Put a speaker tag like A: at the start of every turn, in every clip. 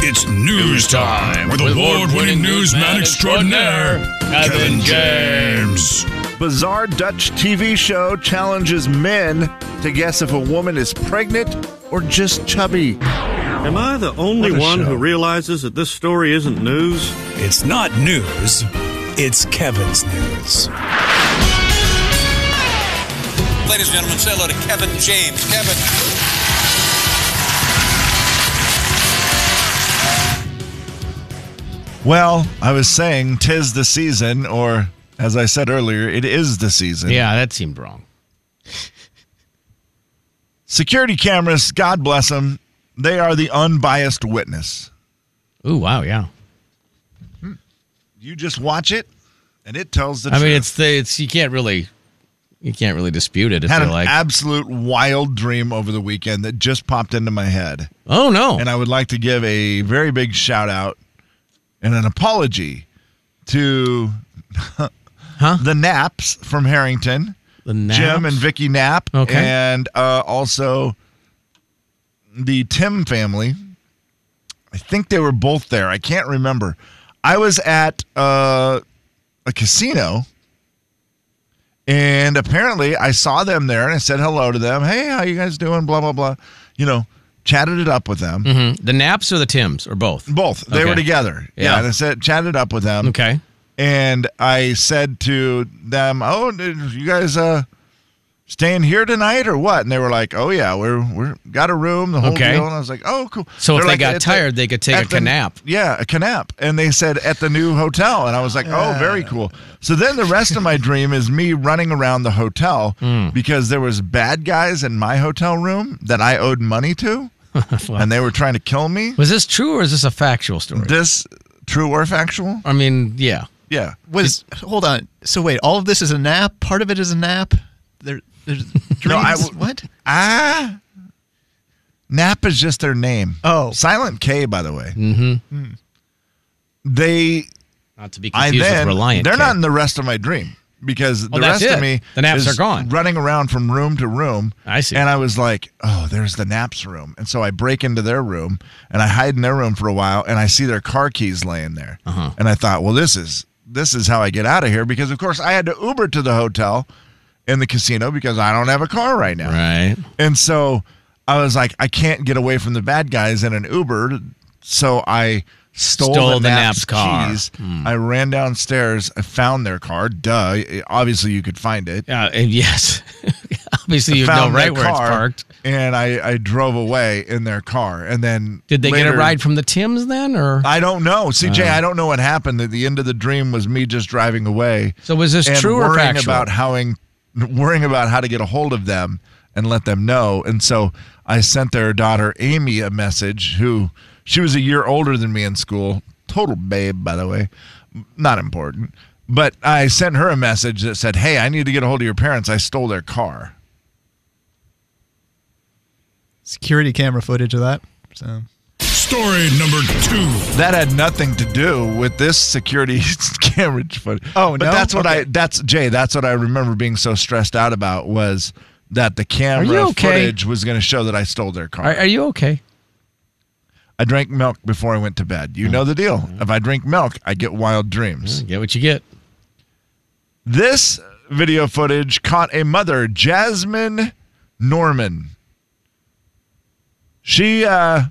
A: It's news time with award-winning newsman extraordinaire, Kevin James.
B: Bizarre Dutch TV show challenges men to guess if a woman is pregnant or just chubby.
C: Am I the only
B: What a
C: one
B: show.
C: who realizes that this story isn't news?
A: It's not news. It's Kevin's news.
D: Ladies and gentlemen, say hello to Kevin James. Kevin.
B: Well, I was saying tis the season, or as I said earlier, it is the season.
E: Yeah, that seemed wrong.
B: Security cameras, God bless them, they are the unbiased witness.
E: Ooh, wow, yeah.
B: You just watch it, and it tells the
E: I
B: truth.
E: mean, it's the it's you can't really you can't really dispute it if
B: had
E: they're
B: an
E: like,
B: absolute wild dream over the weekend that just popped into my head.
E: oh no,
B: And I would like to give a very big shout out and an apology to the Naps from Harrington,
E: the naps?
B: Jim and Vicky Knapp,
E: Okay.
B: and uh, also the Tim family. I think they were both there. I can't remember. I was at uh, a casino, and apparently I saw them there, and I said hello to them. Hey, how you guys doing? Blah blah blah. You know, chatted it up with them.
E: Mhm. the naps or the Tims or both.
B: Both. They
E: Okay.
B: were together. Yeah.
E: Yeah.
B: And I said, chatted up with them.
E: Okay,
B: And I said to them, "Oh, did you guys uh staying here tonight or what?" And they were like, "Oh yeah, we're we're got a room, the whole
E: Okay.
B: deal." And I was like, "Oh, cool."
E: So if
B: They're
E: they
B: like,
E: got
B: "At
E: tired, they could take
B: at
E: a
B: the-
E: canap."
B: Yeah, a canap. And they said at the new hotel, and I was like, "Oh, very cool." So then the rest of my dream is me running around the hotel
E: Hmm.
B: because there was bad guys in my hotel room that I owed money to, and they were trying to kill me.
E: was this true or is this a factual story?
B: This true or factual?
E: I mean, yeah.
B: Yeah.
F: Was hold on. So wait, all of this is a nap. Part of it is a nap. There, there's dreams.
B: I w-
F: what?
B: Ah. Nap is just their name.
F: Oh.
B: Silent K, by the way. Mm-hmm. They,
E: Not to be
B: I
E: confused
B: then,
E: with Reliant.
B: they're
E: Kit.
B: not in the rest of my dream because the
E: that's
B: rest of
E: it.
B: me,
E: The naps
B: is
E: are gone.
B: running around from room to room.
E: I see.
B: And I was like, oh, there's the naps room. And so I break into their room and I hide in their room for a while and I see their car keys laying there. Uh-huh. And I thought, well, this is this is how I get out of here because of course I had to Uber to the hotel in the casino because I don't have a car right now.
E: right.
B: And so I was like, I can't get away from the bad guys in an Uber. So I stole,
E: Stole
B: the,
E: the
B: Naps
E: Naps car. Hmm.
B: keys. I ran downstairs. I found their car. Duh. Obviously, you could find it.
E: Uh, and yes. Obviously, you know
B: Found their
E: right where it's
B: car,
E: parked.
B: And I, I drove away in their car. And then.
E: Did they get a
B: later-
E: ride from the Tims then, or Uh.
B: I don't know. CJ, I don't know what happened. At the end of the dream was me just driving away.
E: so was this
B: and
E: true or
B: worrying
E: factual?
B: about howing, worrying about how to get a hold of them and let them know. And so I sent their daughter Amy a message. Who she was a year older than me in school. Total babe, by the way. Not important. But I sent her a message that said, "Hey, I need to get a hold of your parents. I stole their car."
F: Security camera footage of that. So
A: Story number two.
B: That had nothing to do with this security camera footage.
F: Oh,
B: But
F: no?
B: that's what I
F: Okay.
B: that's Jay. That's what I remember being so stressed out about was that the camera
E: you okay?
B: footage was going to show that I stole their car.
E: are, are you okay?
B: I drank milk before I went to bed. You know the deal. If I drink milk, I get wild dreams.
E: Get what you get.
B: This video footage caught a mother, Jasmine Norman. She uh,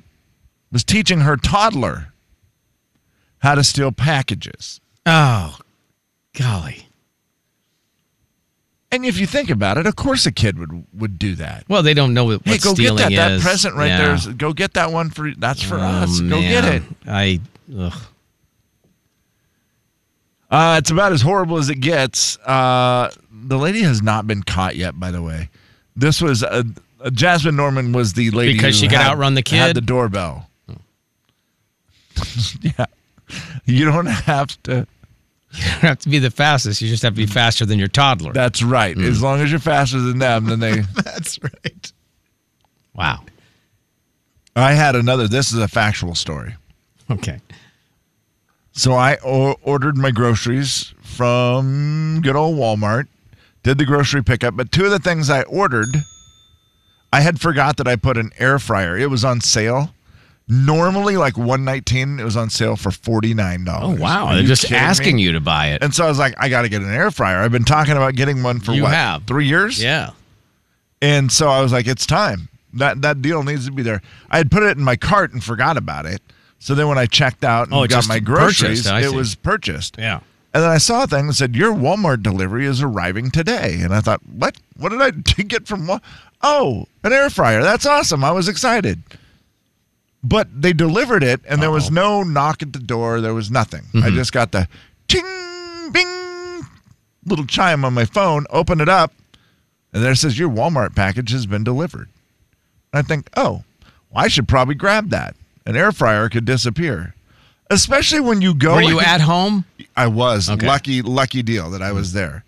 B: was teaching her toddler how to steal packages.
E: Oh, golly.
B: And if you think about it, of course a kid would would do that.
E: Well, they don't know what,
B: Hey,
E: what
B: go get
E: stealing
B: that. That
E: is.
B: present right
E: Yeah.
B: there. Is, go get that one for that's for
E: Oh,
B: us. Go get
E: man.
B: it.
E: I. Ugh.
B: Uh, it's about as horrible as it gets. Uh, the lady has not been caught yet, by the way. This was uh uh, Jasmine Norman was the lady
E: Because
B: who
E: she could
B: had-
E: outrun the
B: Had
E: kid?
B: the doorbell. yeah, you don't have to.
E: You don't have to be the fastest. You just have to be faster than your toddler.
B: That's right.
E: Hmm.
B: As long as you're faster than them, then they.
F: that's right.
E: wow.
B: I had another. This is a factual story.
E: Okay.
B: So I o- ordered my groceries from good old Walmart, did the grocery pickup, but two of the things I ordered, I had forgot that I put an air fryer. It was on sale Normally, like 119, it was on sale for $49.
G: Oh wow!
B: Are
G: They're
B: you
G: just
B: kidding
G: asking
B: me?
G: you to buy it.
B: And so I was like, I got to get an air fryer. I've been talking about getting one for
G: You
B: what?
G: have.
B: Three years?
G: Yeah.
B: And so I was like, it's time. That that deal needs to be there. I had put it in my cart and forgot about it. So then when I checked out and
G: Oh, it
B: got
G: just
B: my
G: purchased,
B: groceries,
G: I
B: it
G: see.
B: was purchased.
G: Yeah.
B: And then I saw a thing that said, Your Walmart delivery is arriving today. And I thought, What? What did I get from Walmart? Oh, an air fryer. That's awesome. I was excited. But they delivered it, and there was no knock at the door. There was nothing.
E: Mm-hmm.
B: I just got the ting, bing, little chime on my phone, open it up, and there it says, Your Walmart package has been delivered. And I think, Oh, well, I should probably grab that. An air fryer could disappear. Especially when you go
E: Were you
B: and-
E: at home?
B: I was
G: Okay.
B: lucky, lucky deal that I was
E: Mm-hmm.
B: there.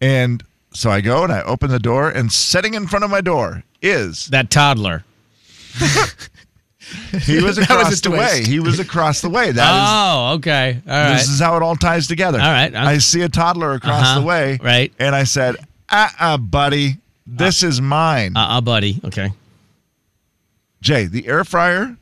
B: And so I go and I open the door, and sitting in front of my door is
E: That toddler.
B: he was
F: That was a
B: across the way.
F: twist.
B: He was across the way. That
E: Oh, okay. All
B: is
E: right.
B: this is how it all ties together.
E: All right, I'm-
B: I see a toddler across
E: Uh-huh,
B: the way,
E: right.
B: And I said, "Uh, uh buddy, this is mine."
E: uh, uh, buddy. Okay.
B: Jay, the air fryer.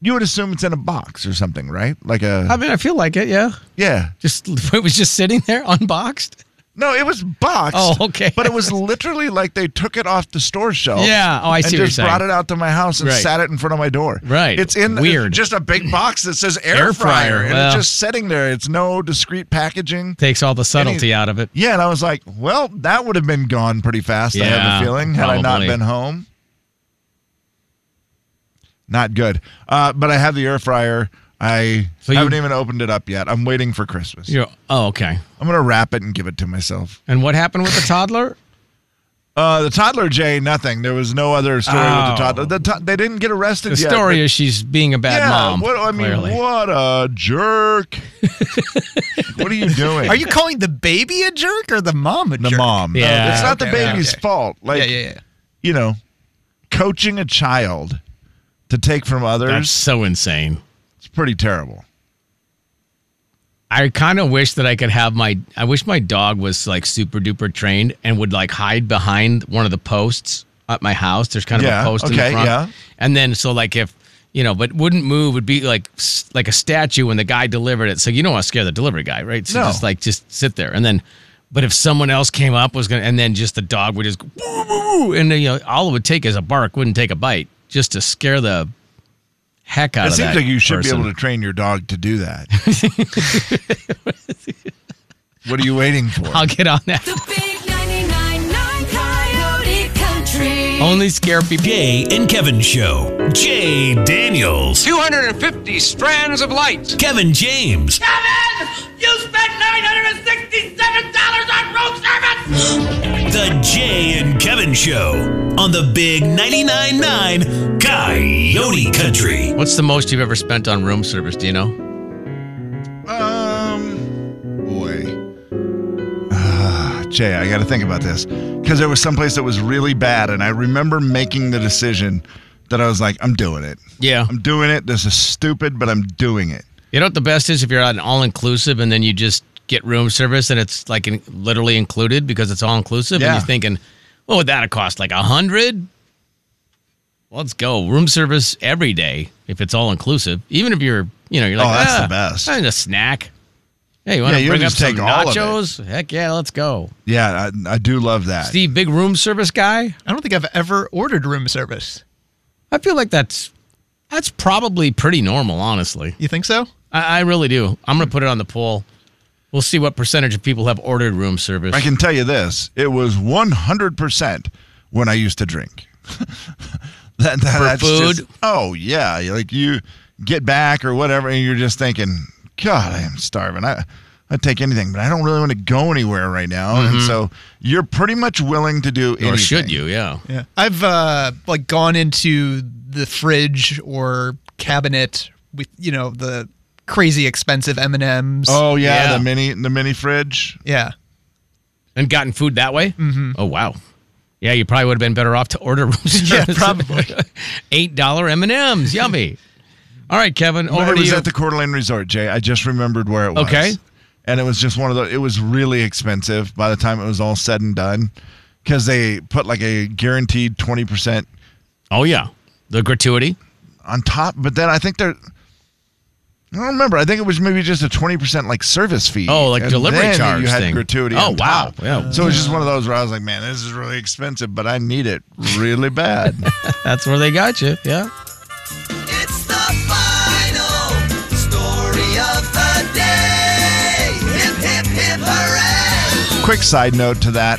B: You would assume it's in a box or something, right? Like a
E: I mean, I feel like it. Yeah.
B: yeah.
E: Just it was just sitting there unboxed.
B: No, it was boxed.
E: Oh, okay.
B: But it was literally like they took it off the store shelf.
E: Yeah. Oh, I see what
B: And
E: you're
B: just
E: saying.
B: brought it out to my house and
E: Right.
B: sat it in front of my door.
E: Right.
B: It's in
E: Weird.
B: just a big box that says air,
E: Air
B: fryer,
E: fryer,
B: and
E: well.
B: it's just sitting there. It's no discreet packaging.
E: Takes all the subtlety out of it.
B: Yeah, and I was like, well, that would have been gone pretty fast. I have
G: Yeah,
B: a feeling had I not
G: probably.
B: been home. Not good. Uh, but I have the air fryer. I
E: So you-
B: haven't even opened it up yet. I'm waiting for Christmas.
E: You're, oh, okay.
B: I'm gonna wrap it and give it to myself.
E: And what happened with the toddler?
B: Uh, the toddler Jay, nothing. There was no other story with
E: Oh.
B: the toddler. The to- they didn't get arrested.
E: The
B: yet,
E: story
B: but-
E: is she's being a bad
B: yeah,
E: mom.
B: What, I mean,
E: clearly.
B: what a jerk! what are you doing?
F: Are you calling the baby a jerk or the mom a
B: the
F: jerk?
B: mom?
E: Yeah,
B: it's not the
F: okay,
B: baby's
F: okay.
B: fault. Like
F: Yeah, yeah, yeah.
B: you know, coaching a child to take from
G: That's
B: others
G: so insane.
B: it's pretty terrible.
E: I kind of wish that I could have my. I wish my dog was like super duper trained and would like hide behind one of the posts at my house. There's kind of
B: Yeah,
E: a post in
B: okay,
E: the front,
B: yeah.
E: and then so like if you know, but wouldn't move. Would be like s- like a statue when the guy delivered it. So you don't want to scare the delivery guy, right? So
B: No.
E: just like just sit there, and then. But if someone else came up was gonna, and then just the dog would just go, woo, woo, woo, and then, you know all it would take is a bark, wouldn't take a bite, just to scare the heck out
B: It
E: of that.
B: seems like you should
E: person.
B: be able to train your dog to do that. what are you waiting for?
E: I'll get on that.
H: The big 99.9 Coyote Country.
B: Oh.
E: Only scare people.
I: Jay and Kevin Show. Jay Daniels.
D: 250 strands of light.
I: Kevin James. Kevin! You spent $967 on room service! The Jay and Kevin Show on the big 99.9 9 Coyote Country.
E: What's the most you've ever spent on room service? Do you know?
B: Um, boy. Ah, Jay, I got to think about this because there was someplace that was really bad, and I remember making the decision that I was like, "I'm doing it.
E: Yeah.
B: I'm doing it. This is stupid, but I'm doing it."
E: Um, You know what the best is if you're at an all inclusive and then you just get room service and it's like in, literally included because it's all inclusive and
B: Yeah.
E: you're thinking, what would that have cost? Like a hundred? Let's go. Room service every day if it's all inclusive. Even if you're, you know, you're like,
B: Oh, that's the
E: "Ah,
B: best."
E: I need a snack. Hey, you want to
B: Yeah, you'll
E: bring up
B: just
E: some
B: take all of it.
E: nachos? Heck yeah, let's go.
B: Yeah, I, I do love that.
E: Steve, big room service guy.
F: I don't think I've ever ordered room service.
E: I feel like that's that's probably pretty normal, honestly.
F: You think so?
E: I, I really do. I'm going to put it on the poll. We'll see what percentage of people have ordered room service.
B: I can tell you this: it was 100 percent when I used to drink. that, that-
E: For
B: that's just-
E: food?
B: oh yeah, you- like you get back or whatever, and you're just thinking, God, I am starving. I I take anything, but I don't really want to go anywhere right now, and so you're pretty much willing to do anything.
E: or Mm-hmm. should you? Yeah.
F: Yeah. I've uh like gone into the fridge or cabinet with you know the crazy expensive M and M's.
B: Oh yeah,
E: Yeah.
B: the mini the mini fridge.
F: yeah.
E: And gotten food that way? Mm-hmm. Oh, wow. Yeah, you probably would have been better off to order room service.
F: Yeah, probably.
E: $8 M&Ms. Yummy. All right, Kevin, over
B: it
E: to
B: was
E: you.
B: at the Coeur d'Alene Resort, Jay. I just remembered where it was.
E: Okay.
B: And it was just one of the, it was really expensive by the time it was all said and done because they put like a guaranteed 20%.
E: oh, yeah. The gratuity.
B: on top. But then I think they're. I don't remember. I think it was maybe just a twenty percent like service fee.
E: Oh, like
B: And
E: delivery
B: then
E: charge
B: You had
E: thing.
B: gratuity.
E: Oh,
B: on
E: wow.
B: top.
E: Yeah.
B: So it was just one of those where I was like, man, this is really expensive, but I need it really bad.
E: That's where they got you. Yeah.
G: It's the final story of the day. Hip, hip, hip, hooray!
B: Quick side note to that,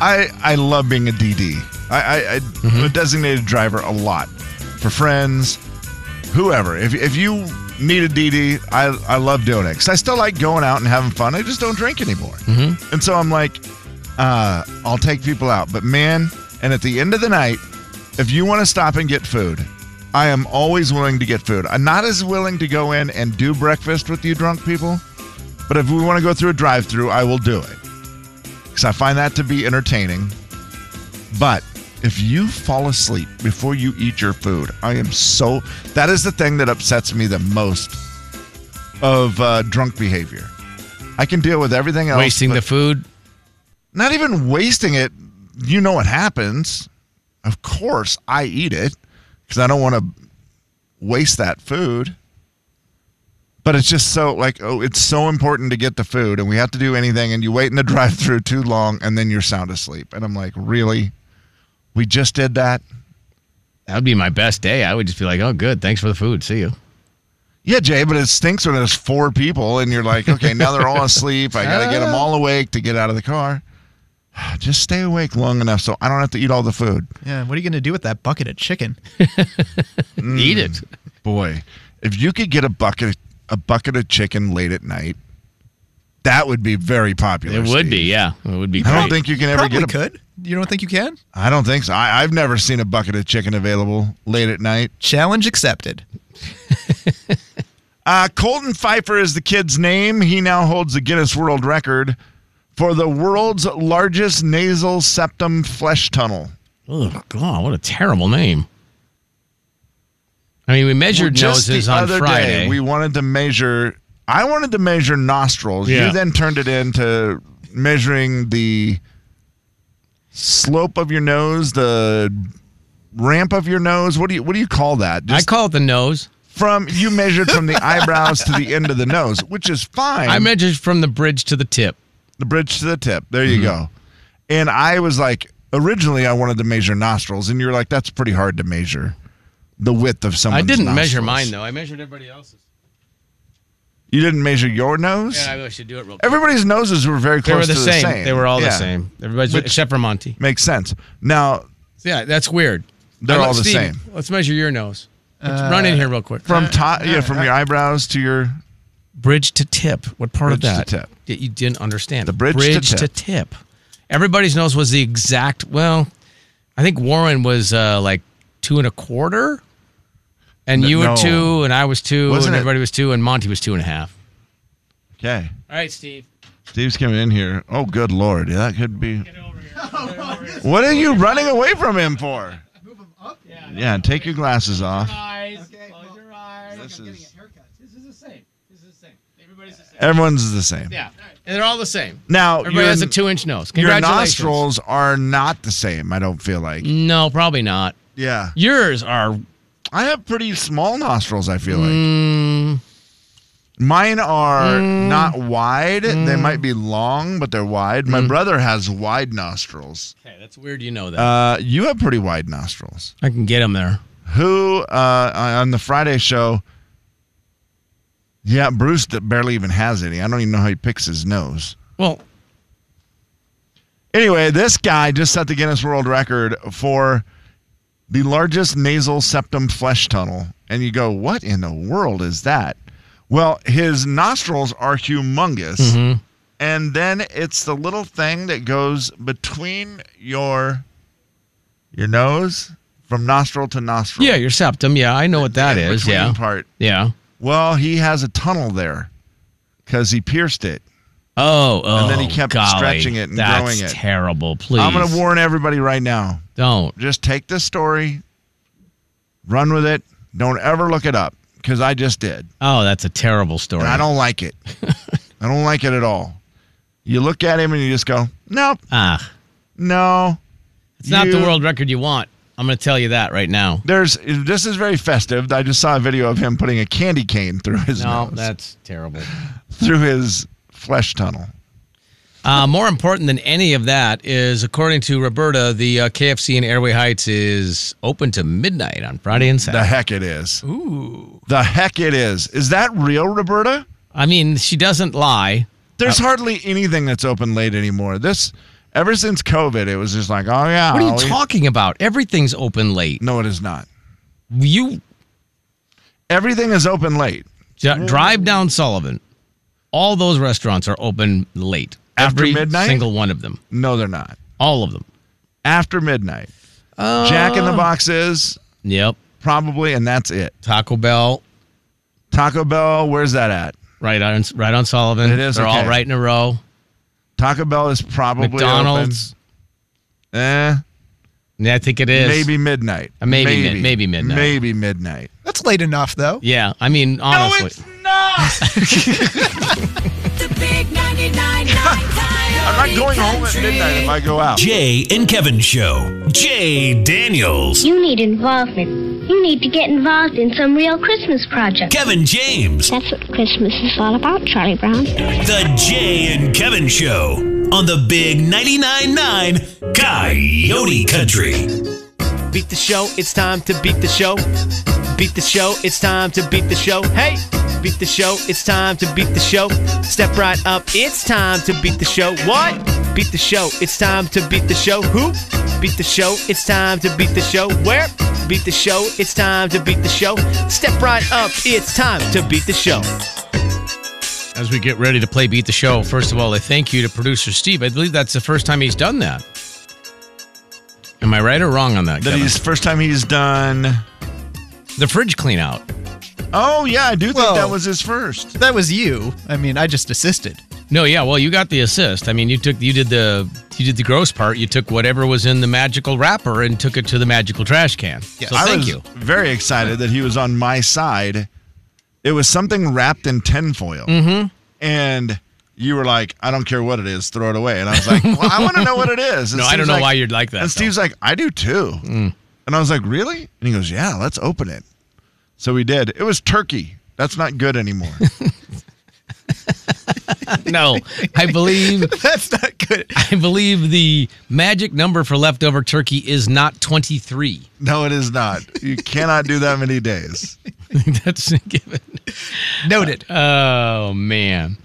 B: I I love being a DD. I, I, I am a designated driver a lot for friends, whoever. If if you need a DD, I I love doing it because I still like going out and having fun. I just don't drink anymore, and so I'm like, uh, I'll take people out. But man, and at the end of the night, if you want to stop and get food. I am always willing to get food. I'm not as willing to go in and do breakfast with you drunk people, but if we want to go through a drive-through, I will do it because I find that to be entertaining. But if you fall asleep before you eat your food, I am so. That is the thing that upsets me the most of uh, drunk behavior. I can deal with everything else.
E: Wasting the
B: but
E: food.
B: Not even wasting it. You know what happens. Of course, I eat it because I don't want to waste that food. But it's just so like oh, it's so important to get the food, and we have to do anything, and you wait in the drive-through too long, and then you're sound asleep. And I'm like, really? We just did that?
E: That would be my best day. I would just be like, oh, good. Thanks for the food. See you.
B: Yeah, Jay, but it stinks when there's four people, and you're like, okay, now they're all asleep. I gotta get them all awake to get out of the car. Just stay awake long enough so I don't have to eat all the food.
F: Yeah, what are you going to do with that bucket of chicken?
B: Mm.
E: Eat it.
B: Boy, if you could get a bucket a bucket of chicken late at night, that would be very popular.
E: It would
B: Steve.
E: be. Yeah. It would be
B: I
E: great.
B: don't think you can ever
F: Probably
B: get a
F: could. You don't think you can?
B: I don't think so. I, I've never seen a bucket of chicken available late at night.
F: Challenge accepted.
B: Uh, Colton Pfeiffer is the kid's name. He now holds the Guinness World Record for the world's largest nasal septum flesh tunnel.
E: Oh, God. What a terrible name. I mean, we measured
B: Just
E: noses
B: the
E: on
B: other
E: Friday.
B: day, we wanted to measure. I wanted to measure nostrils.
E: Yeah.
B: You then turned it into measuring the slope of your nose, the ramp of your nose. What do you what do you call that?
E: I
B: Just
E: call it the nose.
B: from you measured from the eyebrows to the end of the nose, which is fine.
E: I measured from the bridge to the tip.
B: the bridge to the tip. There you
E: Mm-hmm.
B: go. And I was like, originally I wanted to measure nostrils, and you're like, that's pretty hard to measure the width of someone's.
E: I didn't measure
B: nostrils.
E: mine, though. I measured everybody else's.
B: You didn't measure your nose.
E: Yeah, I really should do it real quick.
B: Everybody's noses were very
E: They were
B: close
E: the
B: to
E: same.
B: the same.
E: They were all the
B: Yeah.
E: same. Everybody's
B: Which-
E: except for Monty.
B: Makes sense. Now,
E: Yeah, that's weird.
B: They're
E: Uh,
B: all the
E: Steve,
B: same.
E: Let's measure your nose. Let's run in here real quick.
B: from top, Uh, yeah, from your eyebrows to your
E: bridge to tip. What part of
B: Bridge to
E: that?
B: tip.
E: that You didn't understand.
B: The bridge to tip.
E: to tip. Everybody's nose was the exact. Well, I think Warren was uh, like two and a quarter, and you
B: no.
E: were two, and I was 2
B: Wasn't
E: and
B: it-
E: everybody was two, and Monty was two and a half.
B: okay.
E: All right, Steve.
B: Steve's coming in here. Oh, good lord, yeah, that could be. What are you running away from him for? Yeah, take your glasses off.
E: Uh, Eyes. Close your eyes.
B: This is-
E: This is the same. This is the same. Everybody's the same.
B: Everyone's the same.
E: Yeah, and they're all the same.
B: Now,
E: Everybody
B: your-
E: has a two-inch nose.
B: your
E: Congratulations.
B: nostrils are not the same. I don't feel like.
E: No, probably not.
B: Yeah,
E: Yours are
B: I have pretty small nostrils. I feel like mine are not wide. They might be long, but they're wide. My brother has wide nostrils.
E: okay. That's weird. You know that.
B: Uh, you have pretty wide nostrils.
E: I can get them there.
B: Who uh, on the Friday show? Yeah, Bruce that barely even has any. I don't even know how he picks his nose.
E: Well,
B: Anyway, this guy just set the Guinness World Record for the largest nasal septum flesh tunnel. And you go, what in the world is that? Well, his nostrils are humongous.
E: Mm-hmm.
B: And then it's the little thing that goes between your your nose from nostril to nostril.
E: yeah, your septum. Yeah, I know what that
B: Yeah,
E: is.
B: between
E: Yeah,
B: part.
E: yeah.
B: Well, he has a tunnel there because he pierced it.
E: Oh, oh.
B: then he kept
E: golly.
B: stretching it and
E: That's
B: growing it.
E: Terrible. Please,
B: I'm going to warn everybody right now.
E: Don't.
B: just take this story, run with it. Don't ever look it up because I just did.
E: Oh, that's a terrible story.
B: And I don't like it. I don't like it at all. You look at him and you just go, nope,
E: Ah,
B: no.
E: it's not the
B: You-
E: world record you want. I'm going to tell you that right now.
B: There's this is very festive. I just saw a video of him putting a candy cane through his
E: No,
B: nose,
E: that's terrible.
B: through his flesh tunnel.
E: Uh, more important than any of that is, according to Roberta, the uh, KFC in Airway Heights is open to midnight on Friday and
B: The
E: Saturday.
B: heck it is. Ooh. The heck it is. Is that real, Roberta?
E: I mean, she doesn't lie.
B: There's hardly anything that's open late anymore. This ever since COVID, it was just like, oh yeah.
E: What are
B: I'll
E: you
B: eat-
E: talking about? Everything's open late.
B: No, it is not.
E: You
B: Everything is open late.
E: d- drive down Sullivan. All those restaurants are open late.
B: After
E: Every
B: midnight?
E: single one of them.
B: No, they're not.
E: All of them.
B: After midnight. Jack in the Box is
E: Yep.
B: probably, and that's it.
E: Taco Bell,
B: Taco Bell, where's that at?
E: right on, right on Sullivan.
B: It is,
E: They're all
B: okay.
E: right in a row.
B: Taco Bell is probably open.
E: McDonald's.
B: Eh,
E: Yeah, I think it is.
B: maybe midnight.
E: Uh, maybe mid- maybe midnight.
B: Maybe midnight.
F: That's late enough, though.
E: Yeah. I mean, honestly.
H: The big 99.9 Coyote
B: I'm not going home at midnight if I go out.
I: Jay and Kevin Show. Jay Daniels.
J: You need involvement. You need to get involved in some real Christmas project.
I: Kevin James.
J: That's what Christmas is all about, Charlie Brown.
I: The Jay and Kevin Show on the Big 99.9 9 Coyote Country.
K: Beat the show, it's time to beat the show. Beat the show, it's time to beat the show. Hey! Beat the show, it's time to beat the show. Step right up, it's time to beat the show. What? Beat the show, it's time to beat the show. Who? Beat the show, it's time to beat the show. Where? Beat the show, it's time to beat the show. Step right up, it's time to beat the show.
E: As we get ready to play Beat the Show, first of all, a thank you to producer Steve. I believe that's the first time he's done that. Am I right or wrong on that?
B: That
E: Kevin?
B: he's first time he's done.
E: the fridge clean out.
B: Oh yeah, I do think
F: Well-
B: that was his first.
F: That was you. I mean, I just assisted.
E: No, yeah, well, you got the assist. I mean, you took you did the you did the gross part. You took whatever was in the magical wrapper and took it to the magical trash can.
F: Yes.
E: So
B: I
E: thank
B: was
E: you.
B: very excited that he was on my side. It was something wrapped in tinfoil, mm-hmm. and you were like, "I don't care what it is, throw it away." And I was like, "Well, I want to know what it is." And
E: No, I
B: Steve's
E: don't know why you'd like that,
B: And
E: though. Mm.
B: Steve's like, "I do too," and I was like, "Really?" And he goes, "Yeah, let's open it." So we did. It was turkey. That's not good anymore.
E: No, I believe
F: That's not good.
E: I believe the magic number for leftover turkey is not twenty three.
B: no, it is not. You cannot do that many days.
E: that's a given.
F: Noted.
E: Oh man,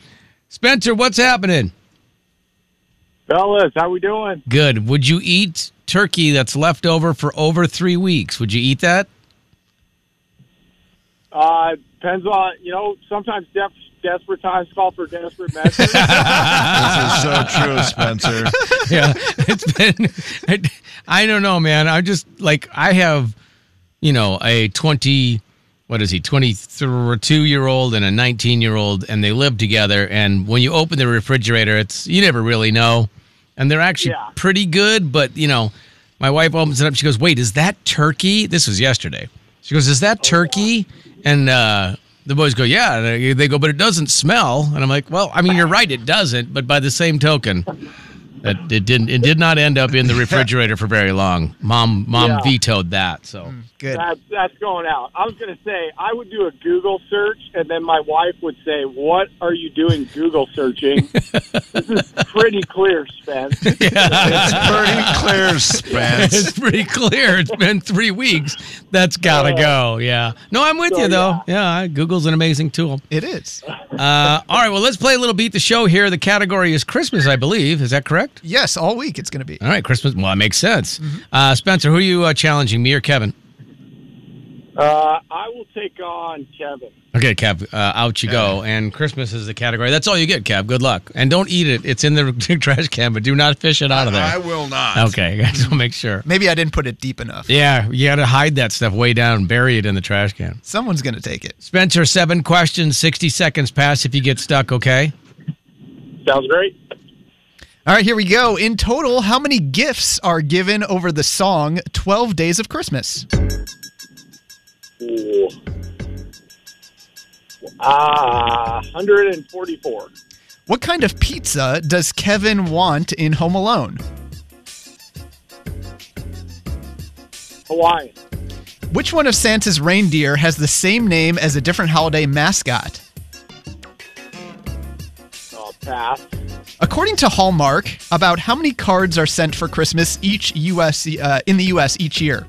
E: Spencer, what's happening?
K: Fellas, how we doing?
E: Good. Would you eat turkey that's left over for over three weeks? Would you eat that?
K: Uh, depends on, you know, sometimes desperate times call for desperate measures.
B: This is so true, Spencer.
E: Yeah, it's been. I, I don't know, man. I just like I have, you know, a twenty. What is he? Twenty-two year old and a nineteen-year-old, and they live together. And when you open the refrigerator, it's you never really know. And they're actually
K: Yeah.
E: pretty good, but you know, my wife opens it up. She goes, "Wait, is that turkey?" This was yesterday. She goes, "Is that turkey?" And uh, the boys go, "Yeah." And they- they go, "But it doesn't smell." And I'm like, "Well, I mean, you're right, it doesn't. But by the same token." That it didn't. It did not end up in the refrigerator for very long. Mom, mom
K: Yeah.
E: vetoed that. So
F: Good.
K: That's that's going out. I was going to say I would do a Google search, and then my wife would say, "What are you doing Google searching?" this is pretty clear, Spence.
B: It's pretty clear, Spence.
E: it's pretty clear. It's been three weeks. That's gotta go. Yeah. No, I'm with you though. Yeah. Google's an amazing tool.
F: It is.
E: Uh, all right. Well, let's play a little beat the show here. The category is Christmas, I believe. Is that correct?
F: Yes, all week it's going to be.
E: All right, Christmas. Well, that makes sense. Uh, Spencer, who are you uh, challenging, me or Kevin?
K: Uh, I will take on Kevin.
E: Okay, Kev, uh, out you go. And Christmas is the category. That's all you get, Kev. Good luck. And don't eat it. It's in the trash can, but do not fish it out of there.
B: I will not.
E: Okay, I will make sure.
F: Maybe I didn't put it deep enough.
E: Yeah, you got to hide that stuff way down, bury it in the trash can.
F: Someone's going to take it.
E: Spencer, seven questions, 60 seconds pass if you get stuck, okay?
K: Sounds great.
F: All right, here we go. In total, how many gifts are given over the song 12 Days of Christmas?
K: Ooh. Ah, 144.
F: What kind of pizza does Kevin want in Home Alone?
L: Hawaiian.
F: Which one of Santa's reindeer has the same name as a different holiday mascot?
L: Oh, pass.
F: According to Hallmark, about how many cards are sent for Christmas each US uh, in the US each year?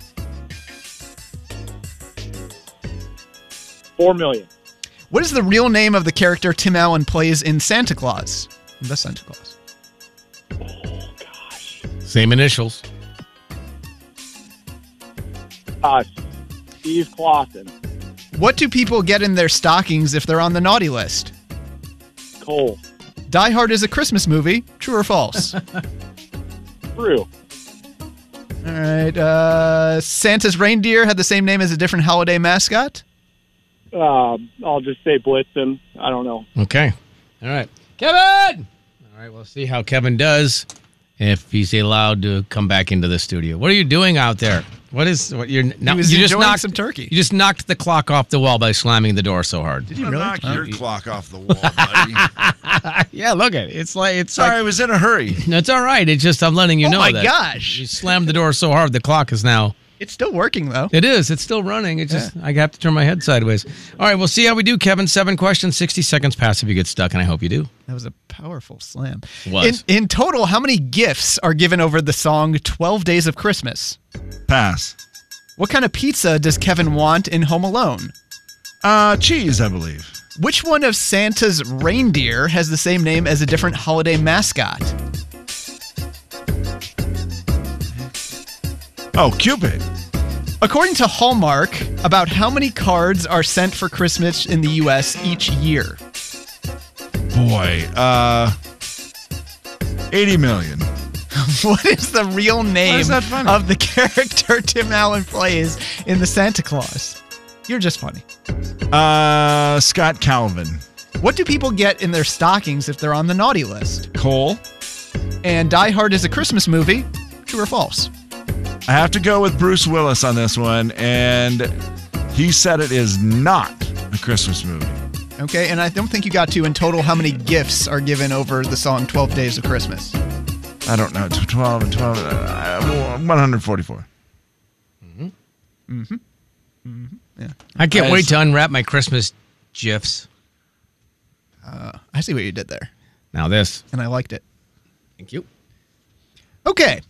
L: Four million.
F: What is the real name of the character Tim Allen plays in Santa Claus? The Santa Claus.
E: Same initials.
L: Uh, Steve Clausen.
F: What do people get in their stockings if they're on the naughty list?
L: Cole.
F: Die Hard is a Christmas movie. True or false? All
L: True.
F: right. Uh, Santa's reindeer had the same name as a different holiday mascot.
L: Um, I'll just say Blitzen. I don't know.
E: Okay. All right. Kevin! All right, we'll see how Kevin does if he's allowed to come back into the studio. What are you doing out there? What is what you're no,
F: was
E: you just
F: enjoying
E: knocked
F: some turkey.
E: You just knocked the clock off the wall by slamming the door so hard.
B: Did you knock your clock off the wall, buddy?
E: yeah, look at it. It's like it's
B: Sorry,
E: like-
B: I was in a hurry.
E: No, it's all right. It's just I'm letting you
F: Oh
E: know
F: my
E: that.
F: gosh.
E: You slammed the door so hard the clock is now
F: It's still working though.
E: It is. It's still running. It just I have to turn my head sideways. All right, we'll see how we do, Kevin. Seven questions, sixty seconds pass if you get stuck, and I hope you do.
F: That was a powerful slam.
E: Was.
F: In, in total, how many gifts are given over the song 12 Days of Christmas?
B: Pass.
F: What kind of pizza does Kevin want in Home Alone?
B: Uh, cheese, I believe.
F: Which one of Santa's reindeer has the same name as a different holiday mascot?
B: Oh, Cupid.
F: According to Hallmark, about how many cards are sent for Christmas in the US each year?
B: Boy, uh, 80 million.
F: What is the real name
B: that funny?
F: of the character Tim Allen plays in The Santa Claus? You're just funny.
B: Uh, Scott Calvin.
F: What do people get in their stockings if they're on the naughty list?
B: Cole.
F: And Die Hard is a Christmas movie. True or false?
B: I have to go with Bruce Willis on this one, and he said it is not a Christmas movie.
F: Okay, and I don't think you got to in total how many gifts are given over the song 12 Days of Christmas.
B: I don't know. tw- 12 and 12. Uh, 144.
E: I can't
B: Nice.
E: wait to unwrap my Christmas gifs.
F: I see what you did there,
E: Now this.
F: and I liked it.
E: Thank you.
F: Okay,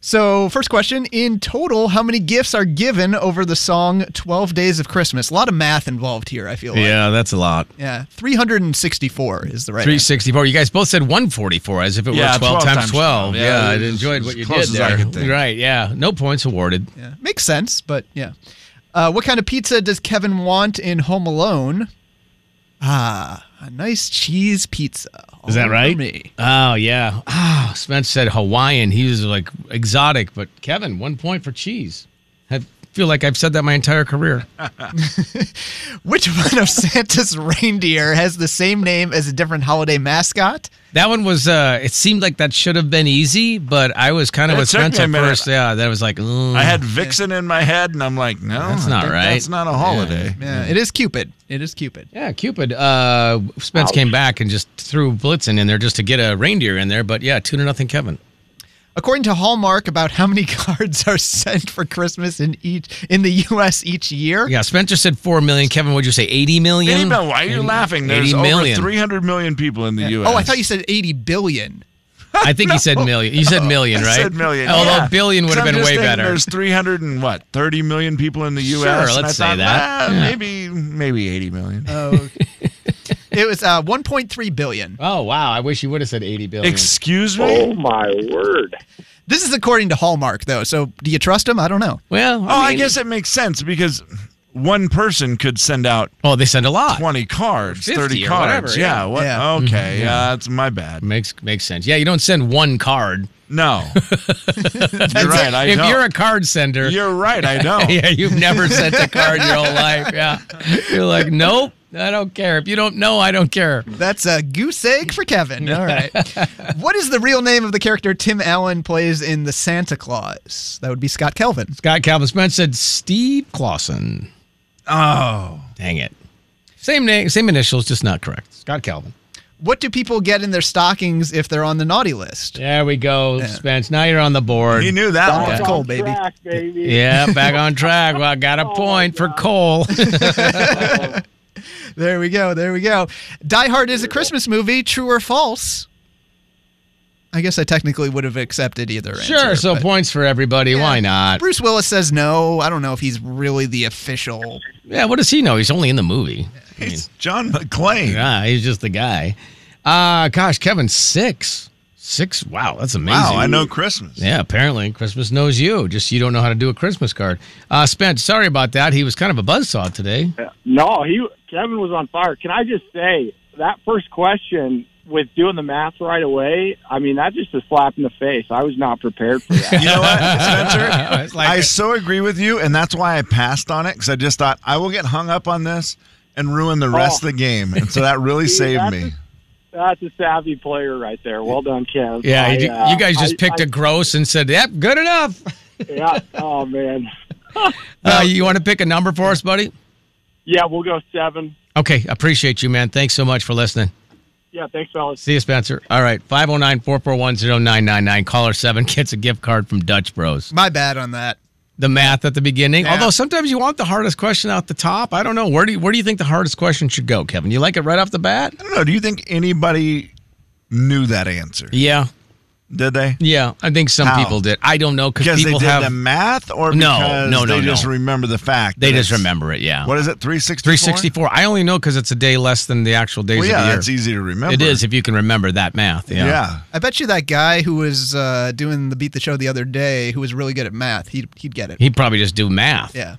F: so first question in total, how many gifts are given over the song 12 Days of Christmas? A lot of math involved here, I feel like.
E: Yeah, that's a lot.
F: Yeah, 364 is the right
E: Three
F: answer.
E: sixty four. You guys both said one forty four as if it
B: Yeah,
E: were twelve, times, twelve. Yeah, I
B: it was
E: enjoyed
B: as
E: what you
B: close
E: did
B: as I
E: there.
B: could think.
E: Right? Yeah. No points awarded.
F: Yeah, makes sense, but yeah. Uh, what kind of pizza does Kevin want in Home Alone? Ah, a nice cheese pizza. All for Me.
E: Oh yeah. Ah, Spence said Hawaiian. He was like exotic, but Kevin, one point for cheese. I feel like I've said that my entire career.
F: Which one of Santa's reindeer has the same name as a different holiday mascot?
E: That one was. uh It seemed like that should have been easy, but I was kind of
B: It
E: with
B: took me
E: Spence
B: a
E: at
B: minute.
E: first. Yeah, that was like. mm.
B: I had Vixen in my head, and I'm like, no,
E: That's
B: I
E: not
B: think
E: right.
B: That's not a holiday.
F: Yeah, it is Cupid. It is Cupid.
E: Yeah, Cupid. Uh, Spence came back and just threw Blitzen in there just to get a reindeer in there. But yeah, two to nothing, Kevin.
F: According to Hallmark, about how many cards are sent for Christmas in each in the U.S. each year?
E: Yeah, Spencer said four million. Kevin, what'd you say? Eighty million.
B: Any bill- why are you laughing? There's
E: 80 million.
B: over 300 million people in the U.S.
F: Oh, I thought you said 80 billion.
E: I think he said million. You said million,
B: I
E: right?
B: Oh, said million.
E: Although
B: yeah.
E: billion would
B: 'Cause
E: have
B: I'm
E: been
B: just
E: way
B: thinking
E: better.
B: There's 300 and what? 30 million people in the U.S.
E: Sure,
B: and I
E: let's say
B: thought,
E: that.
B: "Ah,
E: Yeah.
B: Maybe maybe 80 million.
F: Oh, it was uh, 1.3 billion.
E: Oh wow! I wish you would have said eighty billion.
B: Excuse
L: Oh
B: me.
L: my word!
F: This is according to Hallmark, though. So, do you trust him? I don't know.
E: well,
B: Oh, I
E: mean-
B: guess it makes sense because one person could send out
E: Oh, they send a lot.
B: 20 cards,
E: 50
B: 30
E: or
B: cards.
E: whatever, yeah.
B: yeah. Mm-hmm. What?
F: Yeah.
B: Okay. Yeah, that's my bad.
E: Makes makes sense. Yeah, you don't send one card.
B: No. you're right. I
E: if
B: don't.
E: you're a card sender,
B: You're right. I don't.
E: yeah, you've never sent a card your whole life. Yeah, you're like, nope, I don't care. If you don't know, I don't care.
F: That's a goose egg for Kevin. All right. what is the real name of the character Tim Allen plays in The Santa Claus? That would be Scott Kelvin.
E: Scott Calvin Spence said Steve Clausen.
B: Oh.
E: Dang it. Same name, same initials, just not correct. Scott Calvin.
F: What do people get in their stockings if they're on the naughty list?
E: There we go, Spence. Now you're on the board.
F: He knew that one.
E: Yeah.
F: It's Cole, Oh, baby.
E: Yeah, back on track. Well, I got a point for Cole.
F: There we go. There we go. Die Hard is a Christmas movie. True or false? I guess I technically would have accepted either.
E: sure,
F: answer,
E: so
F: but-
E: points for everybody. Why not?
F: Bruce Willis says no. I don't know if he's really the official.
E: Yeah, what does he know? He's only in the movie. He's
B: John McClane.
E: Yeah, he's just the guy. Uh gosh, Kevin, six. Six. Wow, that's amazing.
B: Wow, I know Christmas.
E: Yeah, apparently Christmas knows you. Just you don't know how to do a Christmas card. Uh Spence, sorry about that. He was kind of a buzzsaw today.
L: No, he Kevin was on fire. Can I just say that first question with doing the math right away? I mean, that's just a slap in the face. I was not prepared for that.
B: You know what, Spencer? I so agree with you, and that's why I passed on it because I just thought I will get hung up on this and ruin the rest of the game, and so that really
L: Oh. See,
B: saved
L: that's
B: me.
L: That's a savvy player right there. Well done, Kev.
E: Yeah,
L: I,
E: you,
L: uh,
E: you guys just
L: I-
E: picked a gross and said, "Yep, good enough."
L: I- yeah. Oh man.
E: Uh, you want to pick a number for us, buddy?
L: Yeah, we'll go seven.
E: Okay, appreciate you, man. Thanks so much for listening.
L: Yeah, thanks, fellas.
E: See you, Spencer. All right, 509 441 0999. Caller 7 gets a gift card from Dutch Bros.
F: My bad on that.
E: The math at the beginning.
F: Yeah.
E: Although sometimes you want the hardest question out the top. I don't know. Where do you, where do you think the hardest question should go, Kevin? You like it right off the bat?
B: I don't know. Do you think anybody knew that answer?
E: Yeah.
B: Did they?
E: Yeah, I think some
B: How?
E: people did. I don't know because
B: Because they
E: people
B: did
E: have
B: the math, or
E: No,
B: because
E: no, no,
B: they
E: no.
B: just remember the fact.
E: They
B: that
E: just
B: it's-
E: remember it. Yeah.
B: What is it? Three sixty.
E: 364. I only know because it's a day less than the actual days
B: Well,
E: of
B: yeah,
E: the year.
B: that's easy to remember.
E: It is if you can remember that math. Yeah.
F: I bet you that guy who was uh, doing the beat the show the other day, who was really good at math, he'd he'd get it.
E: He'd probably just do math.
F: Yeah.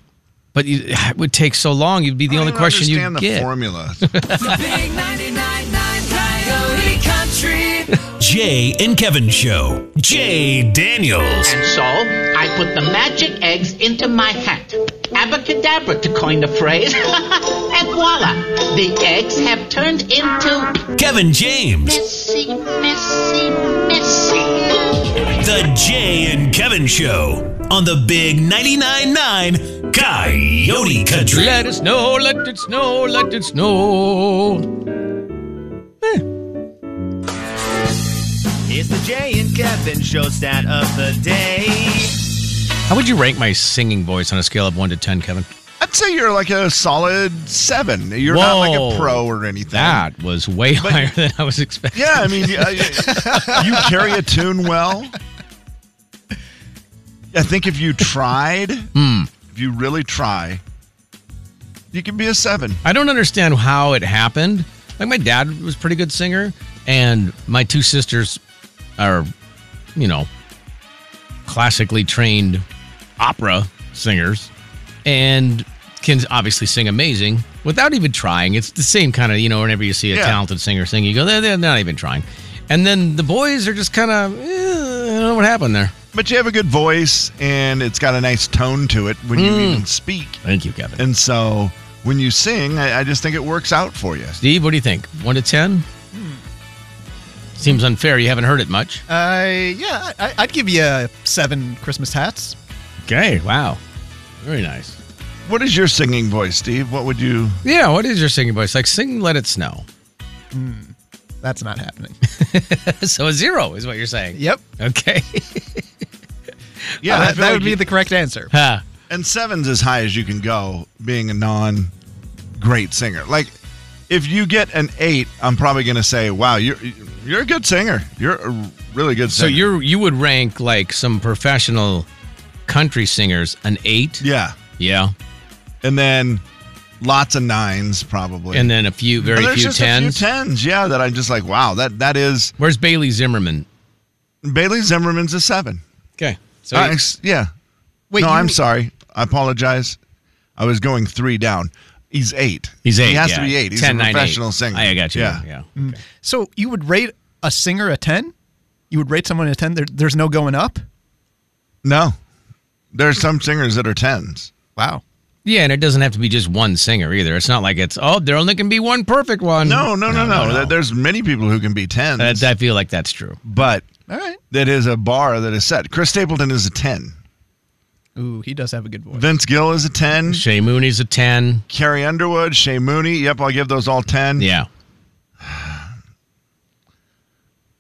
E: But you, it would take so long. You'd be the
F: I
E: only
F: don't
E: question you'd
B: understand the
E: get.
B: formula.
H: The big 99.9 Coyote Country.
I: Jay and Kevin Show. Jay Daniels.
M: And so I put the magic eggs into my hat. Abacadabra, to coin the phrase. and voila, the eggs have turned into
I: Kevin James.
M: messy, messy, messy.
I: The Jay and Kevin Show on the Big 99.9 Coyote Country.
E: Let it snow, let it snow, let it snow.
K: It's the Jay and Kevin Show stat of the day.
E: How would you rank my singing voice on a scale of one to ten, Kevin?
B: I'd say you're like a solid seven. You're not like
E: Whoa.
B: a pro or anything.
E: That was way higher than I was expecting.
B: Yeah, I mean, uh, you carry a tune well. I think if you tried,
F: Hmm.
B: if you really try, you can be a seven.
E: I don't understand how it happened. Like my dad was a pretty good singer, and my two sisters are, you know, classically trained opera singers, and can obviously sing amazing without even trying. It's the same kind of you know. Whenever you see a
B: Yeah.
E: talented singer sing, you go, they're, they're not even trying. And then the boys are just kind of, eh, I don't know what happened there.
B: But you have a good voice, and it's got a nice tone to it when
F: Hmm.
B: you even speak.
E: Thank you, Kevin.
B: And so when you sing, I, I just think it works out for you.
E: Steve, what do you think? One to ten?
B: Hmm.
E: Seems unfair. You haven't heard it much.
F: I yeah, I, I'd give you uh, seven Christmas hats.
E: Okay. Wow. Very nice.
B: What is your singing voice, Steve? What would you?
E: Yeah, what is your singing voice? Like sing Let It Snow.
F: That's not happening.
E: so a zero is what you're saying.
F: Yep.
E: Okay.
B: Yeah, I
F: Uh,
B: feel
F: that, that
B: like
F: would be
B: you-
F: the correct answer.
E: Huh.
B: And seven's as high as you can go, being a non great singer. Like, if you get an eight, I'm probably going to say, wow, you're, you're a good singer. You're a really good
E: so
B: singer.
E: you're you would rank like some professional country singers an eight?
B: yeah.
E: Yeah.
B: And then lots of nines, probably.
E: And then a few
B: But
E: very
B: there's
E: few
B: just a few
E: tens.
B: tens, yeah, that I'm just like, wow, that, that is.
E: Where's Bailey Zimmerman?
B: Bailey Zimmerman's a
E: Oh,
B: seven.
E: Okay. So
B: Uh, ex- yeah.
F: Wait,
B: no,
F: you-
B: I'm sorry. I apologize. I was going three down. He's eight.
E: he's eight.
B: He has
E: yeah.
B: to be eight. He's
E: 10,
B: a
E: nine, eight.
B: professional singer.
E: I got you.
B: Yeah. Mm.
E: Yeah. yeah.
F: So you would rate a singer a ten? You would rate someone a ten? There, there's no going up.
B: No. There's some singers that are tens.
F: Wow.
E: Yeah, and it doesn't have to be just one singer either. It's not like it's oh, there only can be one perfect one.
B: No, no, no, no. There- There's many people who can be tens,
E: That- I feel like that's true.
B: but
F: All right.
B: that is a bar that is set. Chris Stapleton is a 10.
F: Ooh, he does have a good voice.
B: Vince Gill is a 10.
E: Shea Mooney's a ten.
B: Carrie Underwood, Shea Mooney. Yep, I'll give those all 10.
E: Yeah.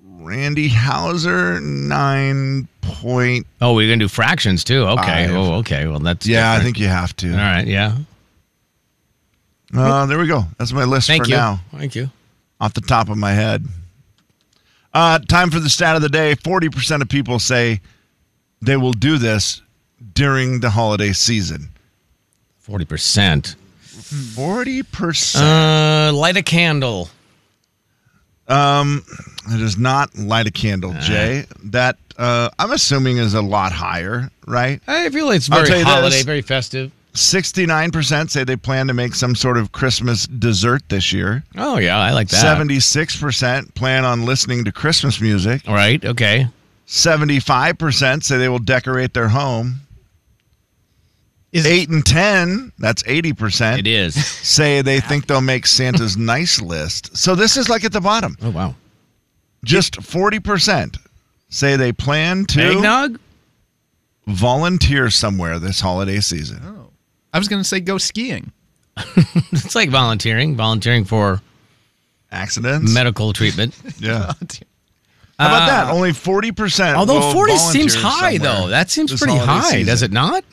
B: Randy Hauser, nine point.
E: Oh, we're gonna do fractions too. Okay.
B: Five.
E: Oh, okay. Well, that's
B: Yeah, I
E: different.
B: think you have to.
E: All right. Yeah.
B: Uh, there we go. That's my list
E: Thank
B: for
E: you.
B: now.
E: Thank you.
B: Off the top of my head. Uh, time for the stat of the day. 40% of people say they will do this during the holiday season.
E: Forty percent.
B: 40%.
E: Uh, light a candle.
B: um, it is not light a candle, Jay. That uh, I'm assuming is a lot higher, right?
E: I feel like it's
B: I'll tell
E: very
B: you this.
E: holiday, very festive.
B: 69% say they plan to make some sort of Christmas dessert this year.
E: Oh yeah, I like that.
B: 76% plan on listening to Christmas music.
E: All right. Okay.
B: 75% say they will decorate their home.
F: Is
B: 8 and 10, that's 80%.
E: It is.
B: Say they think they'll make Santa's nice list. So this is like at the bottom.
E: Oh wow.
B: Just 40% say they plan to
E: Eggnog.
B: volunteer somewhere this holiday season.
E: Oh.
F: I was going to say go skiing.
E: It's like volunteering. Volunteering for
B: Accidents?
E: medical treatment.
B: yeah. How about
E: Uh,
B: that? Only 40%.
E: Although
B: will
E: 40
B: volunteer
E: seems high
B: somewhere
E: though. That seems
B: this
E: pretty
B: holiday
E: high, does
B: season.
E: it not?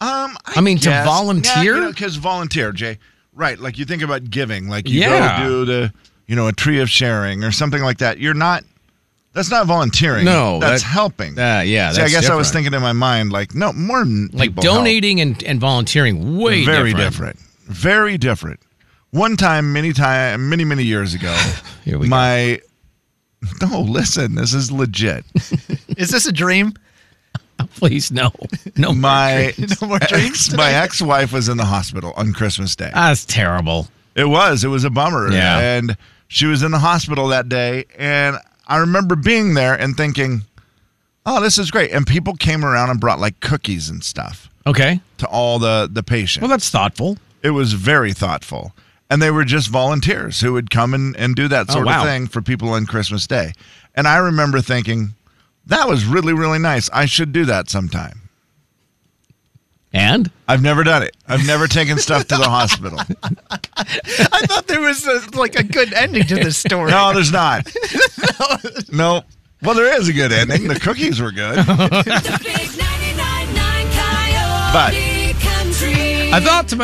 B: Um,
E: I mean, to volunteer?
B: because volunteer, Jay. Right, like you think about giving, like you
E: Yeah.
B: go do the, you know, a tree of sharing or something like that. You're not. That's not volunteering.
E: No,
B: that's
E: that-
B: helping.
E: Uh, yeah.
B: See, I
E: that's
B: guess I was
E: different.
B: thinking in my mind, like, no, more than
E: like
B: people help.
E: donating and, and volunteering way
B: very
E: different.
B: different. very different. One time, many time, many many years ago,
E: Here we
B: my. No, listen, this is legit.
F: Is this a dream?
E: Please no, no.
B: My
F: No more drinks
B: ex, my ex-wife was in the hospital on Christmas Day.
E: That's terrible.
B: It was. It was a bummer.
E: Yeah.
B: And she was in the hospital that day. And I remember being there and thinking, oh, this is great. And people came around and brought like cookies and stuff
E: Okay.
B: to all the, the patients.
E: Well, that's thoughtful.
B: it was very thoughtful. And they were just volunteers who would come and, and do that
E: Oh,
B: sort
E: wow.
B: of thing for people on Christmas Day. And I remember thinking, that was really, really nice. I should do that sometime.
E: And
B: I've never done it. I've never taken stuff to the hospital.
F: I thought there was a, like a good ending to this story.
B: No, there's not. no. Well, there is a good ending. The cookies were good.
H: The big 99.9 Coyote
B: But-
H: Country.
E: I thought to my